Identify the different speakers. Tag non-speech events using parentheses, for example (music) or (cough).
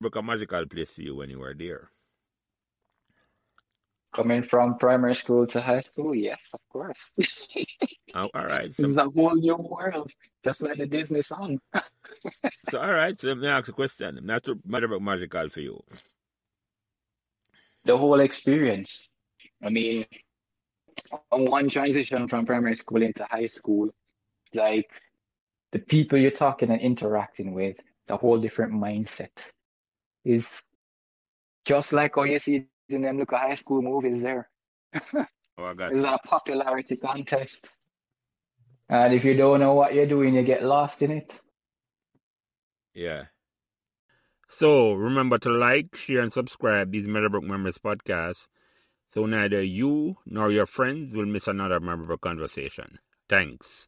Speaker 1: Book a magical place for you when you were there.
Speaker 2: Coming from primary school to high school, yes, of course. (laughs)
Speaker 1: Oh, all right.
Speaker 2: This
Speaker 1: So,
Speaker 2: is a whole new world, just like the Disney song.
Speaker 1: so all right. So let me ask a question. Not to matter about magical for you.
Speaker 2: The whole experience. I mean, on one transition from primary school into high school, like the people you're talking and interacting with, the whole different mindset is just like all you see in them look at high school movies there.
Speaker 1: Oh, I got
Speaker 2: It's
Speaker 1: you.
Speaker 2: a popularity contest. And if you don't know what you're doing, you get lost in it.
Speaker 1: Yeah. So remember to like, share, and subscribe these Meadowbrook Memories podcasts so neither you nor your friends will miss another memorable conversation. Thanks.